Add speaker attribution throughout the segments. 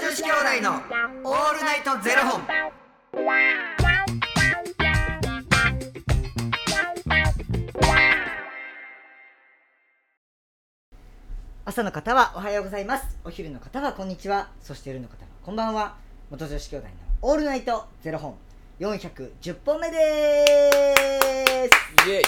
Speaker 1: 子兄弟のオールナイトゼロ本。
Speaker 2: 朝の方はおはようございますお昼の方はこんにちはそして夜の方はこんばんは元女子兄弟のオールナイトゼロ本410本目です
Speaker 3: イエイ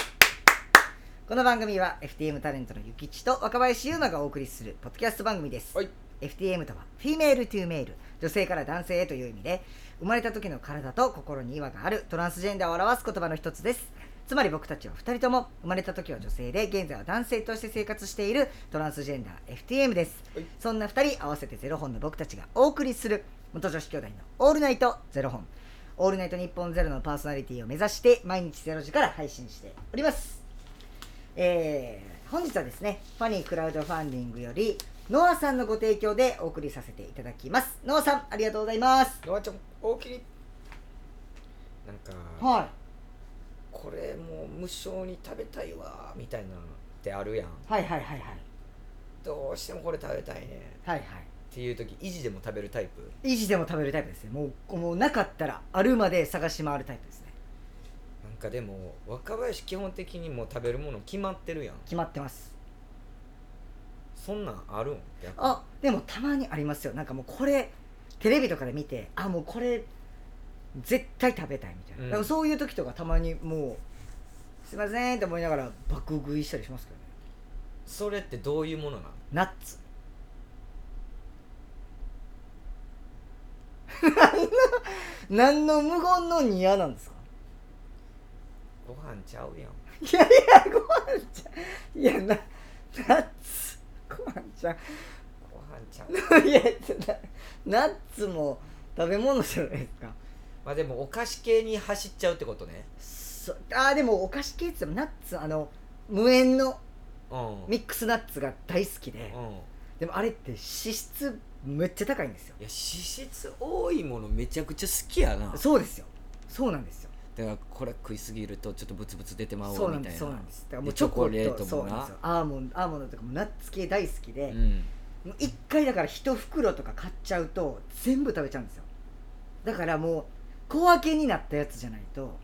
Speaker 2: この番組は FTM タレントのゆきちと若林優馬がお送りするポッドキャスト番組です、
Speaker 3: はい
Speaker 2: FTM とはフィメールトゥーメール女性から男性へという意味で生まれた時の体と心に違和があるトランスジェンダーを表す言葉の一つですつまり僕たちは2人とも生まれた時は女性で現在は男性として生活しているトランスジェンダー FTM です、
Speaker 3: はい
Speaker 2: そんな2人合わせてゼロ本の僕たちがお送りする元女子兄弟の「オールナイトゼロ本」「オールナイト日本ゼロのパーソナリティを目指して毎日ゼロ時から配信しておりますえー本日はですねファニークラウドファンディングよりノアさんのご提供でお送りさせていただきますノアさんありがとうございます
Speaker 3: ノアちゃん大きいなんか、
Speaker 2: は
Speaker 3: これもう無償に食べたいわみたいなのってあるやん
Speaker 2: い、はいはいはいはい
Speaker 3: どうしてもこれ食べたいね
Speaker 2: はいはい
Speaker 3: っていう時維持でも食べるタイプ
Speaker 2: 維持でも食べるタイプですねもうもうなかったらあるまで探し回るタイプですね
Speaker 3: なんかでも若林基本的にもう食べるもの決まってるやん
Speaker 2: 決まってます
Speaker 3: そんなんあるん逆に
Speaker 2: あでもたまにありますよなんかもうこれテレビとかで見てあもうこれ絶対食べたいみたいな、
Speaker 3: うん
Speaker 2: だからそういう時とかたまにもうすいませんって思いながら爆食いしたりしますけどね
Speaker 3: それってどういうものなの
Speaker 2: ナッツ 何の何の無言のに嫌なんですか
Speaker 3: ご飯ちゃうやん
Speaker 2: いやいやご飯ちゃんいやなナッツご飯ちゃん
Speaker 3: ご飯ちゃう
Speaker 2: いやナッツも食べ物じゃないですか
Speaker 3: まあでもお菓子系に走っちゃうってことね
Speaker 2: そあーでもお菓子系って言ってもナッツあの無塩の
Speaker 3: うん
Speaker 2: ミックスナッツが大好きで、
Speaker 3: うん
Speaker 2: でもあれって脂質めっちゃ高いんですよ
Speaker 3: いや脂質多いものめちゃくちゃ好きやな
Speaker 2: そうですよそうなんですよ
Speaker 3: だからこれ食いすぎるとちょっとブツブツ出てまう
Speaker 2: そ
Speaker 3: わ
Speaker 2: うなん
Speaker 3: みた
Speaker 2: で
Speaker 3: い
Speaker 2: す
Speaker 3: な
Speaker 2: そうなんですだからもう
Speaker 3: で
Speaker 2: チョコ
Speaker 3: チョコレ
Speaker 2: と
Speaker 3: ート
Speaker 2: そう
Speaker 3: もな
Speaker 2: なんですよアーモンドアーモンドとかもナッツ系大好きで、
Speaker 3: うん
Speaker 2: もう一回だから一袋とか買っちゃうと全部食べちゃうんですよだからもう小分けになったやつじゃないと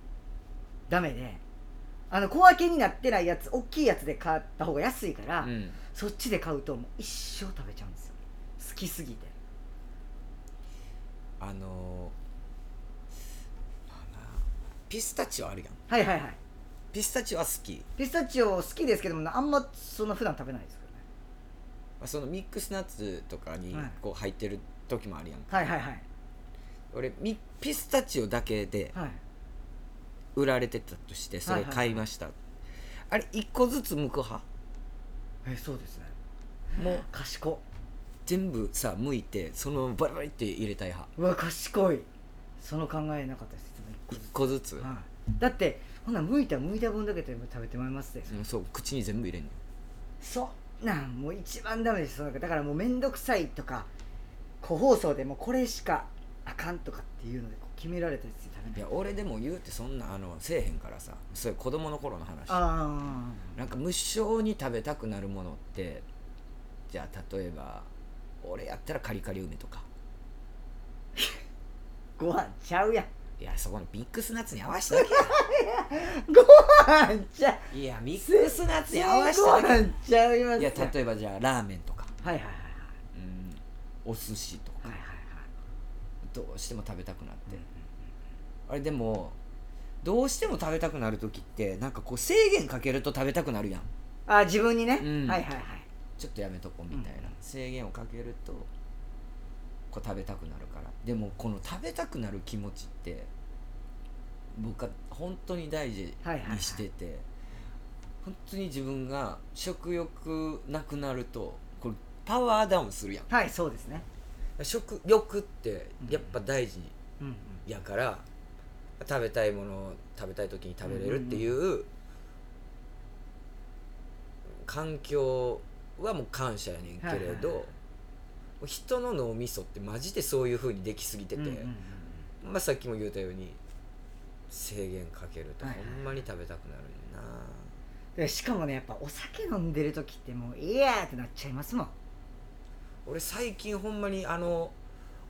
Speaker 2: ダメであの小分けになってないやつ大きいやつで買った方が安いから、
Speaker 3: うん
Speaker 2: そっちで買うともう一生食べちゃうんですよ好きすぎて
Speaker 3: あのーまあなピスタチオあるやん
Speaker 2: はいはいはい
Speaker 3: ピスタチオは好き、ま
Speaker 2: ピスタチオ好きですけどもあんまそんな普段食べないですよね
Speaker 3: あ、そのミックスナッツとかに
Speaker 2: はい
Speaker 3: こう入ってる時もあるやん、
Speaker 2: はいはいはい
Speaker 3: 俺ミピスタチオだけで
Speaker 2: はい
Speaker 3: 売られてたとしてそれ買いました、あれ1個ずつ剥く派
Speaker 2: えそうですね
Speaker 3: もう
Speaker 2: 賢っ
Speaker 3: 全部さ剥いてそのままバリバリって入れたい派
Speaker 2: うわ賢いその考えなかったですいつも一個
Speaker 3: 1
Speaker 2: ずつ
Speaker 3: 個ずつ、
Speaker 2: はい、だってほな剥いたら剥いた分だけ全部食べてもらいますで、
Speaker 3: うんそう口に全部入れんねん
Speaker 2: そんなんもう一番ダメですそのだからもう面倒くさいとか個包装でもうこれしかあかんとかっていうのでこう決められたやつで食
Speaker 3: い
Speaker 2: べない
Speaker 3: や俺でも言うてそんなあのせえへんからさそれ子供の頃の話
Speaker 2: あ
Speaker 3: なんか無性に食べたくなるものってじゃあ例えば俺やったらカリカリ梅とか
Speaker 2: ーご飯ちゃうやん
Speaker 3: いやそこのミックスナッツに合わせただけ
Speaker 2: ご飯ちゃ
Speaker 3: や いやミックスナッツに合わせ
Speaker 2: ご
Speaker 3: ただ
Speaker 2: 飯ちゃいます
Speaker 3: けいや例えばじゃあラーメンとか
Speaker 2: はいはいはい
Speaker 3: うんお寿司と
Speaker 2: はい
Speaker 3: か
Speaker 2: はい
Speaker 3: どうしても食べたくなってあれでもどうしても食べたくなる時ってなんかこう制限かけると食べたくなるやん
Speaker 2: はいあ自分にね、
Speaker 3: うん
Speaker 2: はいはいはい
Speaker 3: ちょっとやめとこうみたいな、
Speaker 2: うん
Speaker 3: 制限をかけるとこう食べたくなるからでもこの食べたくなる気持ちって僕は本当に大事
Speaker 2: はいはいはい
Speaker 3: にしてて、本当に自分が食欲なくなるとこれパワーダウンするやん
Speaker 2: はいそうですね
Speaker 3: 食欲ってやっぱ大事
Speaker 2: うんうん
Speaker 3: やから、食べたいものを食べたい時に食べれるっていう環境はもう感謝やねんけれど、
Speaker 2: はいはい
Speaker 3: 人の脳みそってマジでそういうふうにできすぎてて、
Speaker 2: うんうんうん
Speaker 3: まあ、さっきも言ったように制限かけると
Speaker 2: は
Speaker 3: ほ
Speaker 2: いはい
Speaker 3: んまに食べたくなるねんな、
Speaker 2: でしかもねやっぱお酒飲んでる時ってもういやーってなっちゃいますもん
Speaker 3: 俺最近ほんまにあの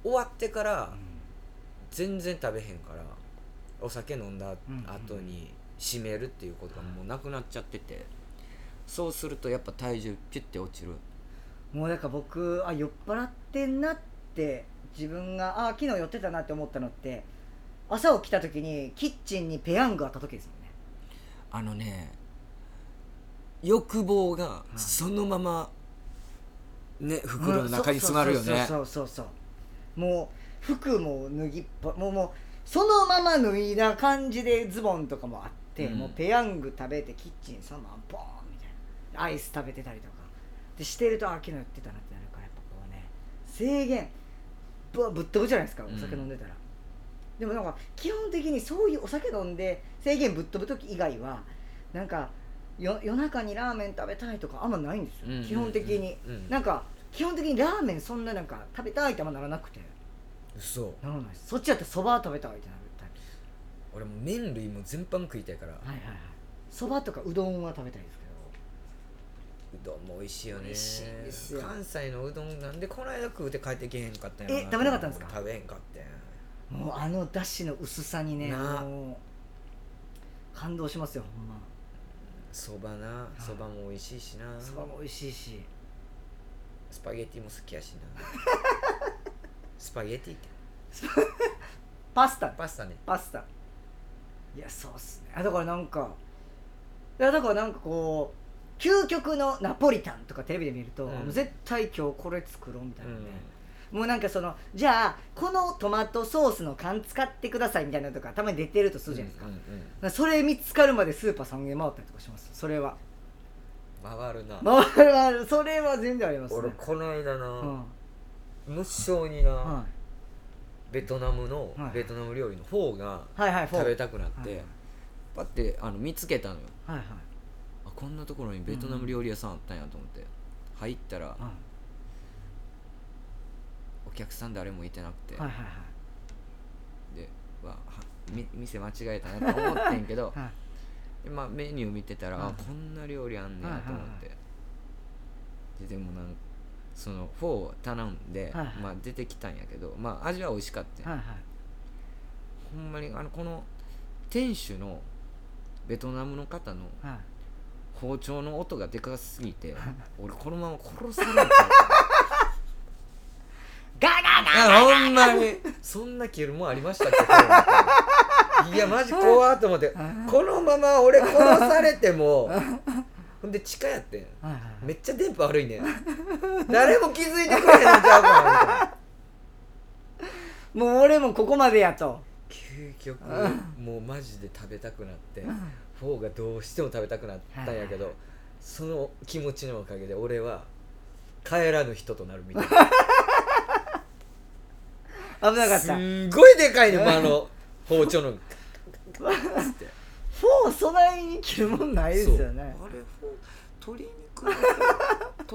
Speaker 3: 終わってから全然食べへんからお酒飲んだ後に締めるっていうことがもうなくなっちゃっててそうするとやっぱ体重ピュッて落ちる
Speaker 2: もうだから僕あ酔っ払ってんなって自分があ昨日酔ってたなって思ったのって朝起きた時にキッチンにペヤングあった時ですもんね
Speaker 3: あのね欲望が
Speaker 2: い
Speaker 3: そのままね袋の中に詰まるよ
Speaker 2: うん
Speaker 3: ね
Speaker 2: そうそうそうそうそうもう服も脱ぎっぱもうもうそのまま脱いだ感じでズボンとかもあって、
Speaker 3: うん
Speaker 2: もうペヤング食べてキッチンそのままボーンみたいなアイス食べてたりとかでしてるとあ昨日やってたなってなるからやっぱこうね制限ぶぶっ飛ぶじゃないですか
Speaker 3: うん
Speaker 2: お酒飲んでたら、でもなんか基本的にそういうお酒飲んで制限ぶっ飛ぶ時以外はなんかよ夜中にラーメン食べたいとかあんまないんですよ、
Speaker 3: うんうんうん
Speaker 2: 基本的に、
Speaker 3: うん
Speaker 2: なんか基本的にラーメンそんななんか食べたいってあんまならなくて
Speaker 3: そう
Speaker 2: ならないですそっちだったらそば食べたいってなるタイプです
Speaker 3: 俺もう麺類も全般食いたいからう
Speaker 2: はいはいはいそばとかうどんは食べたいですけど
Speaker 3: どんも美味しいよね
Speaker 2: 美味しいんですよ
Speaker 3: 関西のうどんなんでこの間食うて帰ってけへんかったんや
Speaker 2: え食べなかったんですか
Speaker 3: 食べへんかったんや
Speaker 2: もうあのだしの薄さにね
Speaker 3: なあ
Speaker 2: もう感動しますよほんま
Speaker 3: そばないそばも美味しいしな
Speaker 2: そばも美味しいし
Speaker 3: スパゲティも好きやし なスパゲティって
Speaker 2: パスタ
Speaker 3: パスタね
Speaker 2: パスタいやそうっすねあだからなんかいやだからなんかこう究極のナポリタンとかテレビで見ると、
Speaker 3: うん
Speaker 2: もう絶対今日これ作ろうみたいなね、
Speaker 3: う
Speaker 2: もうなんかそのじゃあこのトマトソースの缶使ってくださいみたいなのとかたまに出てるとするじゃないですか,、
Speaker 3: うんうん
Speaker 2: それ見つかるまでスーパー3軒回ったりとかしますそれは
Speaker 3: うん回るな
Speaker 2: 回る回るそれは全然ありますね
Speaker 3: 俺この間な、
Speaker 2: うん
Speaker 3: 無性にな、
Speaker 2: は
Speaker 3: ベトナムの、
Speaker 2: はい
Speaker 3: ベトナム料理の方が
Speaker 2: い、はいはいフォー
Speaker 3: 食べ
Speaker 2: はい
Speaker 3: たくなって、
Speaker 2: はい
Speaker 3: パッてあの見つけたのよ
Speaker 2: はい
Speaker 3: あこんなところにベトナム料理屋さんあったんやと思って、入ったら
Speaker 2: は
Speaker 3: お客さん誰もいてなくて、
Speaker 2: いはいはい
Speaker 3: でわはみ店間違えたなと思ってん けど
Speaker 2: はいはい
Speaker 3: で、まあ、メニュー見てたら、
Speaker 2: はい
Speaker 3: あこんな料理あんねやと思って、
Speaker 2: は
Speaker 3: ででもなんそのフォーを頼んで、
Speaker 2: はいはい
Speaker 3: まあ、出てきたんやけど、まあ、味は美味しかったんや
Speaker 2: はいはい
Speaker 3: ほんまにあのこの店主のベトナムの方の
Speaker 2: はい
Speaker 3: 包丁の音がでかすぎて俺このまま殺さ れるか
Speaker 2: ガガガ
Speaker 3: らほんまにそんな切るもんありましたっけいやマジ怖っと思ってこのまま俺殺されてもほんで地下やってん
Speaker 2: はいはいはい
Speaker 3: めっちゃ電波悪いねん誰も気づいてくれへんのちゃうかなみたいな
Speaker 2: もう俺もここまでやと
Speaker 3: 究極もうマジで食べたくなってフォーがどうしても食べたくなったんやけど、
Speaker 2: はい
Speaker 3: その気持ちのおかげで俺は帰らぬ人となるみた いな
Speaker 2: 危なかった
Speaker 3: す
Speaker 2: フ
Speaker 3: んごいでかいの、あ の包丁のつって
Speaker 2: ォー備えに着るもんないですよね
Speaker 3: そうあれフォー鶏肉の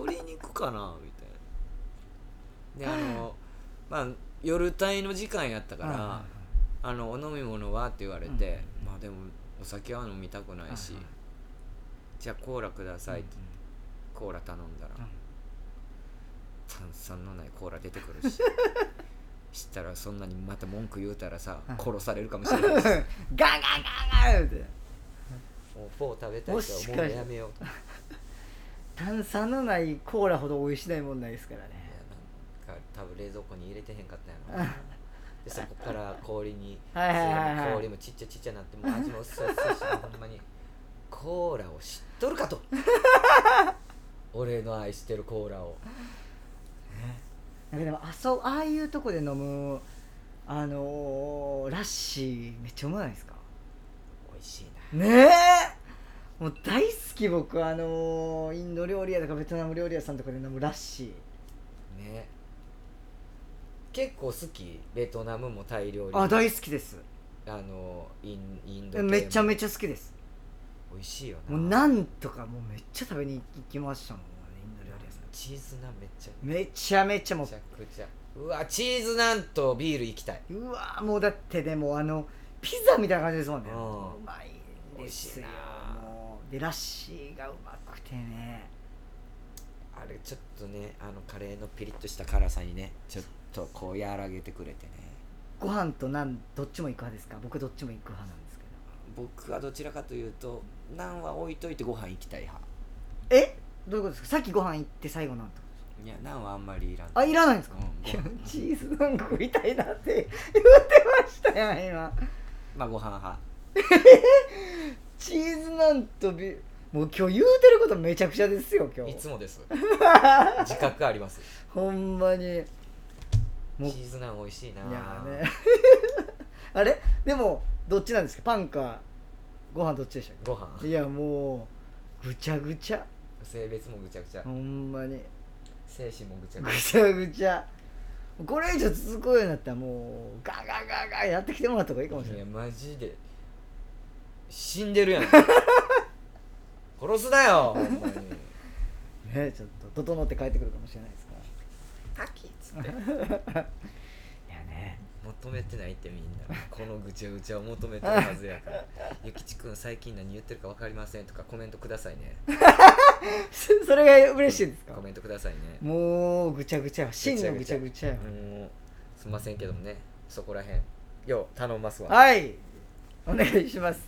Speaker 3: 鶏肉かなみたいなであ のまあ夜帯の時間やったから、
Speaker 2: はいはいはい
Speaker 3: あのお飲み物はって言われて、まあでもお酒は飲みたくない
Speaker 2: は
Speaker 3: し、
Speaker 2: いはい
Speaker 3: じゃあコーラくださいって、コーラ頼んだら、
Speaker 2: うん
Speaker 3: 炭酸のないコーラ出てくる ししたらそんなにまた文句言うたらさ、
Speaker 2: うん
Speaker 3: 殺されるかもし
Speaker 2: ガ
Speaker 3: れないし
Speaker 2: ンガンガンガンって
Speaker 3: もうフォー食べたい人はもうやめようといや
Speaker 2: 炭酸のないコーラほど美味しないもんないですからね
Speaker 3: なんか多分冷蔵庫に入れてへんかったんやろなでそこから氷に
Speaker 2: はいはいはいはい
Speaker 3: 氷もちっちゃちっちゃなってもう味も薄い薄いしほんまにコーラを知っとるかと 俺の愛してるコーラを
Speaker 2: なんかでもあそうああいうとこで飲むあのー、ラッシーめっちゃうまないですか
Speaker 3: 美味しいな
Speaker 2: ねえもう大好き僕あのー、インド料理屋とかベトナム料理屋さんとかで飲むラッシ
Speaker 3: ね結構好きベトナムもタイ料理
Speaker 2: ー
Speaker 3: も
Speaker 2: あ大好きです
Speaker 3: あのインインド系も
Speaker 2: めちゃめちゃ好きです
Speaker 3: 美味しいよ
Speaker 2: もう
Speaker 3: な
Speaker 2: なんとかもうめっちゃ食べに行きましたもんインド料理屋さん
Speaker 3: チーズナンめっちゃ
Speaker 2: めちゃめちゃも
Speaker 3: めちゃくちゃうわチーズナンとビール行きたいう
Speaker 2: うわもうだってでもあのピザみたいな感じですもんね
Speaker 3: う
Speaker 2: うんまいんですよ
Speaker 3: 美味しいな
Speaker 2: もうでラッシーがうまくてね
Speaker 3: あれちょっとねあのカレーのピリッとした辛さにねちょっとこう和らげてくれてね
Speaker 2: ご飯となんどっちも行く派ですか僕どっちも行く派なんですけど
Speaker 3: 僕はどちらかというとナンは置いといてご飯行きたい派
Speaker 2: えどういうことですかさっきご飯行って最後なんと
Speaker 3: いやナンはあんまりいらん
Speaker 2: あいらないんですか、
Speaker 3: うん
Speaker 2: いやチーズなんか食いたいなって 言ってましたやん今
Speaker 3: まあご飯派
Speaker 2: チーズなんとびもう今日言うてることめちゃくちゃですよ今日
Speaker 3: いつもです 自覚あります
Speaker 2: ほんまに
Speaker 3: チ
Speaker 2: もう
Speaker 3: ーズナン美味しいない
Speaker 2: やーね あれでもどっちなんですかパンかご飯どっちでしたっ
Speaker 3: ご飯
Speaker 2: けいやもうぐちゃぐちゃ
Speaker 3: 性別もぐちゃぐちゃ
Speaker 2: ほんまに
Speaker 3: 精神もぐちゃぐ
Speaker 2: ぐ
Speaker 3: ちゃ
Speaker 2: ちゃぐちゃこれ以上続くようになったらもうガガガガやってきてもらった方がいいかもしれ
Speaker 3: い
Speaker 2: な
Speaker 3: や
Speaker 2: い
Speaker 3: マジで死ん でるやん殺すなよほんまに
Speaker 2: ねちょっと整って帰ってくるかもしれないですから
Speaker 3: パキッつって
Speaker 2: いやね
Speaker 3: 求めてないってみんな このぐちゃぐちゃを求めてるはずやから「ゆきちくん最近何言ってるか分かりません」とかコメントくださいね
Speaker 2: そ それが嬉しいですか
Speaker 3: コメントくださいね
Speaker 2: もうぐちゃぐちゃ真のぐちゃぐちゃ
Speaker 3: もうすんませんけどもねそこらへんよう頼ますわ
Speaker 2: はいお願いします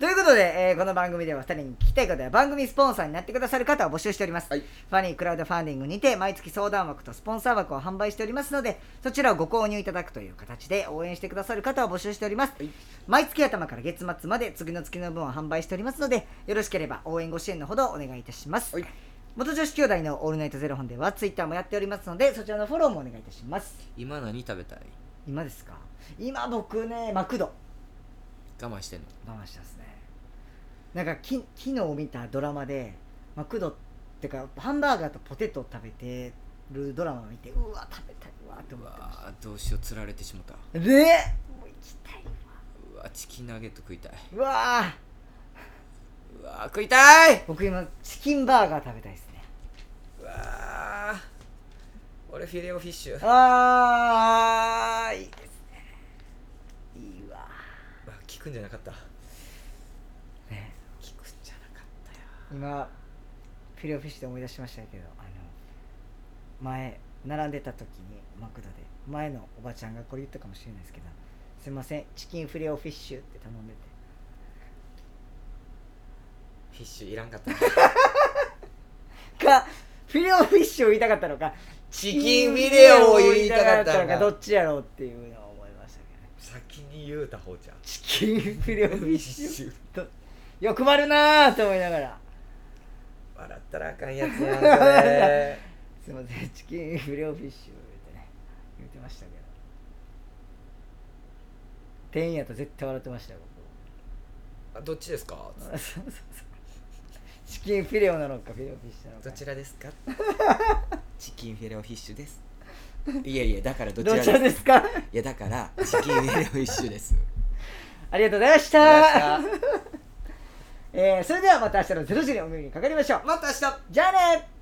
Speaker 2: ということで、えーこの番組では2人に聞きたいことや番組スポンサーになってくださる方を募集しております、
Speaker 3: はい
Speaker 2: ファニークラウドファンディングにて毎月相談枠とスポンサー枠を販売しておりますのでそちらをご購入いただくという形で応援してくださる方を募集しております、
Speaker 3: はい
Speaker 2: 毎月頭から月末まで次の月の分を販売しておりますのでよろしければ応援ご支援のほどお願いいたします、
Speaker 3: はい
Speaker 2: 元女子兄弟の「オールナイトゼロ本ではツイッターもやっておりますのでそちらのフォローもお願いいたします
Speaker 3: 今何食べたい
Speaker 2: 今ですか今僕ねマクド
Speaker 3: 我慢してんの
Speaker 2: 我慢してますねなんかき昨日見たドラマでマクドってかハンバーガーとポテトを食べてるドラマを見てうわ食べたいわって
Speaker 3: う
Speaker 2: 思ってまし
Speaker 3: わーどうしよう釣られてしもた
Speaker 2: たねもう行きたいう
Speaker 3: わチキンナゲット食いたい
Speaker 2: わうわー
Speaker 3: うわー食いたい
Speaker 2: 僕今チキンバーガー食べたいですね
Speaker 3: うわー俺フィレオフィッシュうわ
Speaker 2: あーいいですねいいわ
Speaker 3: 聞くんじゃなかった
Speaker 2: ね
Speaker 3: 聞くんじゃなかったよ
Speaker 2: 今フィレオフィッシュで思い出しましたけどあの前並んでた時にマクドで前のおばちゃんがこれ言ったかもしれないですけど「すいませんチキンフィレオフィッシュ」って頼んでて
Speaker 3: フィッシュいらんかった
Speaker 2: かフィレオフィッシュを言いたかったのか
Speaker 3: チキンフィレオを言いたかっ
Speaker 2: チキンフィレオを言い
Speaker 3: たのか
Speaker 2: どっちやろうっていうのを思いましたけどね
Speaker 3: 先に言うた方じゃん
Speaker 2: チキンフィレオフィッシ
Speaker 3: フィ
Speaker 2: ュ
Speaker 3: ッシ
Speaker 2: と欲張るなーと思いながら
Speaker 3: 笑ったらあかんやつやんそれ
Speaker 2: 「すいませんチキンフィレオフィッシュ」ってね言ってましたけど店員やと絶対笑ってましたよ僕
Speaker 3: あ どっちですか
Speaker 2: そうそうそうチキンフィレオなのかフィレオフィッシュなのか
Speaker 3: どちら ですかチキンフィレオフィッシュですいやいやだからどちら
Speaker 2: ど
Speaker 3: で
Speaker 2: ち
Speaker 3: す
Speaker 2: らですか
Speaker 3: いやだからチキンフィレオフィッシュ です
Speaker 2: ありがとうございまし
Speaker 3: あ
Speaker 2: たえー、それではまた明日の0時にお目にかかりましょう
Speaker 3: また明日
Speaker 2: じゃあね